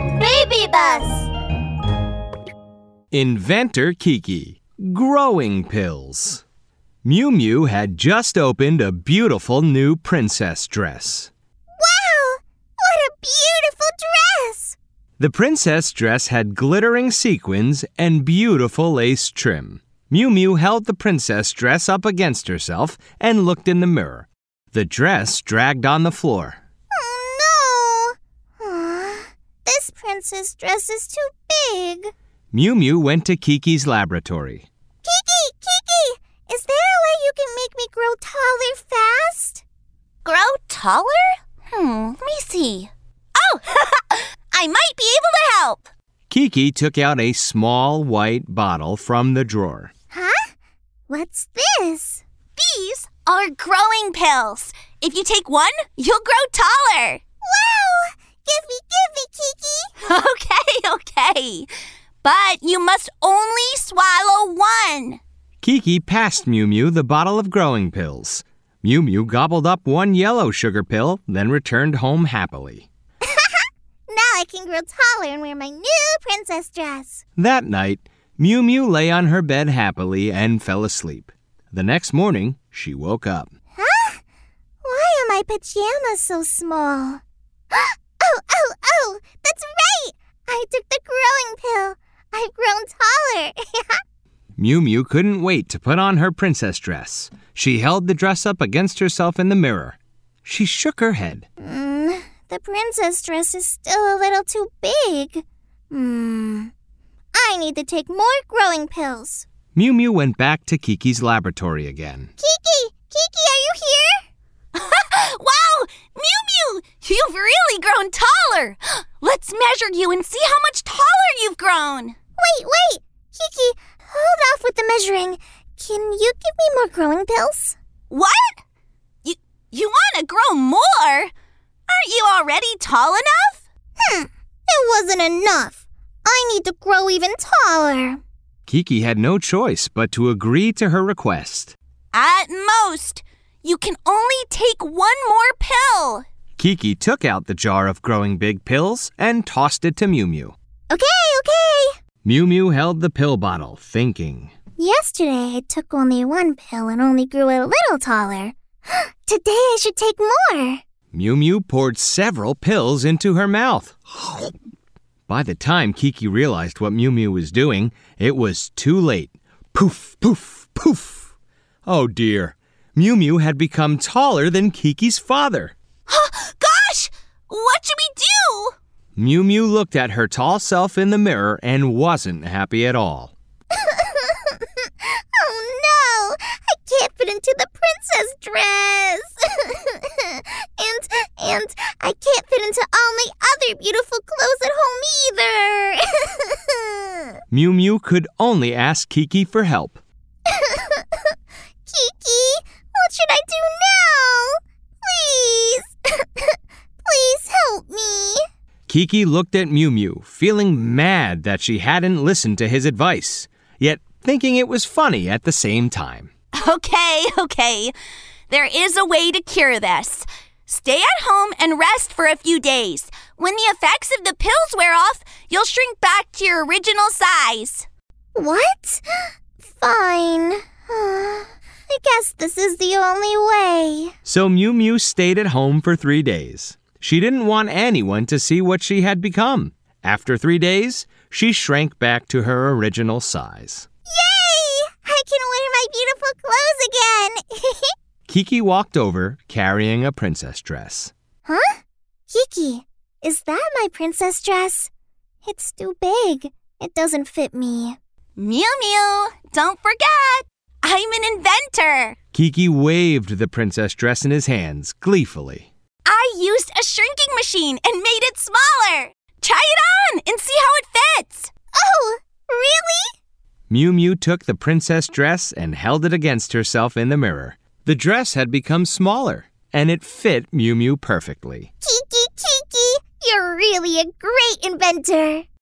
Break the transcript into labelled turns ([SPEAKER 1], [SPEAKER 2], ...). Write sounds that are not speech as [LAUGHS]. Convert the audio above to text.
[SPEAKER 1] Mystery Bus.
[SPEAKER 2] Inventor Kiki Growing Pills. Mew Mew had just opened a beautiful new princess dress.
[SPEAKER 1] Wow! What a beautiful dress!
[SPEAKER 2] The princess dress had glittering sequins and beautiful lace trim. Mew Mew held the princess dress up against herself and looked in the mirror. The dress dragged on the floor.
[SPEAKER 1] Oh no! Aw, this princess dress is too big.
[SPEAKER 2] Mew Mew went to Kiki's laboratory.
[SPEAKER 1] Kiki, Kiki, is there a way you can make me grow taller fast? Grow taller? Hmm, let me see. Oh, [LAUGHS] I might be able to help.
[SPEAKER 2] Kiki took out a small white bottle from the drawer.
[SPEAKER 1] Huh? What's this? These are growing pills. If you take one, you'll grow taller. Wow! Give me, give me, Kiki. [LAUGHS] okay, okay. But you must only swallow one.
[SPEAKER 2] Kiki passed Mew Mew the bottle of growing pills. Mew Mew gobbled up one yellow sugar pill, then returned home happily.
[SPEAKER 1] Now I can grow taller and wear my new princess dress.
[SPEAKER 2] That night, Mew Mew lay on her bed happily and fell asleep. The next morning, she woke up.
[SPEAKER 1] Huh? Why are my pajamas so small? [GASPS] oh, oh, oh! That's right! I took the growing pill. I've grown taller. [LAUGHS]
[SPEAKER 2] Mew Mew couldn't wait to put on her princess dress. She held the dress up against herself in the mirror. She shook her head.
[SPEAKER 1] mm, the princess dress is still a little too big. Hmm. I need to take more growing pills.
[SPEAKER 2] Mew Mew went back to Kiki's laboratory again.
[SPEAKER 1] Kiki! Kiki, are you here? [LAUGHS] wow! Mew Mew! You've really grown taller! [GASPS] Let's measure you and see how much taller you've grown! Wait, wait! Kiki, hold off with the measuring. Can you give me more growing pills? What? You you wanna grow more? Aren't you already tall enough? Hmm. It wasn't enough. I need to grow even taller.
[SPEAKER 2] Kiki had no choice but to agree to her request.
[SPEAKER 1] At most, you can only take one more pill.
[SPEAKER 2] Kiki took out the jar of growing big pills and tossed it to Mew Mew.
[SPEAKER 1] Okay, okay.
[SPEAKER 2] Mew Mew held the pill bottle, thinking.
[SPEAKER 1] Yesterday I took only one pill and only grew a little taller. [GASPS] Today I should take more.
[SPEAKER 2] Mew Mew poured several pills into her mouth. By the time Kiki realized what Mew Mew was doing, it was too late. Poof, poof, poof. Oh dear. Mew Mew had become taller than Kiki's father.
[SPEAKER 1] Gosh! What should we do?
[SPEAKER 2] Mew Mew looked at her tall self in the mirror and wasn't happy at all.
[SPEAKER 1] [LAUGHS] oh no! I can't fit into the princess dress! [LAUGHS] and and I can't fit into all my other beautiful clothes at home either. [LAUGHS]
[SPEAKER 2] Mew Mew could only ask Kiki for help.
[SPEAKER 1] Kiki, what should I do now? Please. [LAUGHS] Please help me.
[SPEAKER 2] Kiki looked at Mew Mew, feeling mad that she hadn't listened to his advice, yet thinking it was funny at the same time.
[SPEAKER 3] Okay, okay. There is a way to cure this. Stay at home and rest for a few days. When the effects of the pills wear off, you'll shrink back to your original size.
[SPEAKER 1] What? Fine. [SIGHS] I guess this is the only way.
[SPEAKER 2] So Mew Mew stayed at home for three days. She didn't want anyone to see what she had become. After three days, she shrank back to her original size.
[SPEAKER 1] Yay! I can wear my beautiful clothes again. [LAUGHS]
[SPEAKER 2] Kiki walked over, carrying a princess dress.
[SPEAKER 1] huh? Kiki, is that my princess dress? It's too big. It doesn't fit me.
[SPEAKER 3] Mew Mew, don't forget, I'm an inventor.
[SPEAKER 2] Kiki waved the princess dress in his hands gleefully.
[SPEAKER 3] I used a shrinking machine and made it smaller. Try it on and see how it fits.
[SPEAKER 1] Oh, really?
[SPEAKER 2] Mew Mew took the princess dress and held it against herself in the mirror. The dress had become smaller, and it fit Mew Mew perfectly.
[SPEAKER 1] Kiki, Kiki, you're really a great inventor.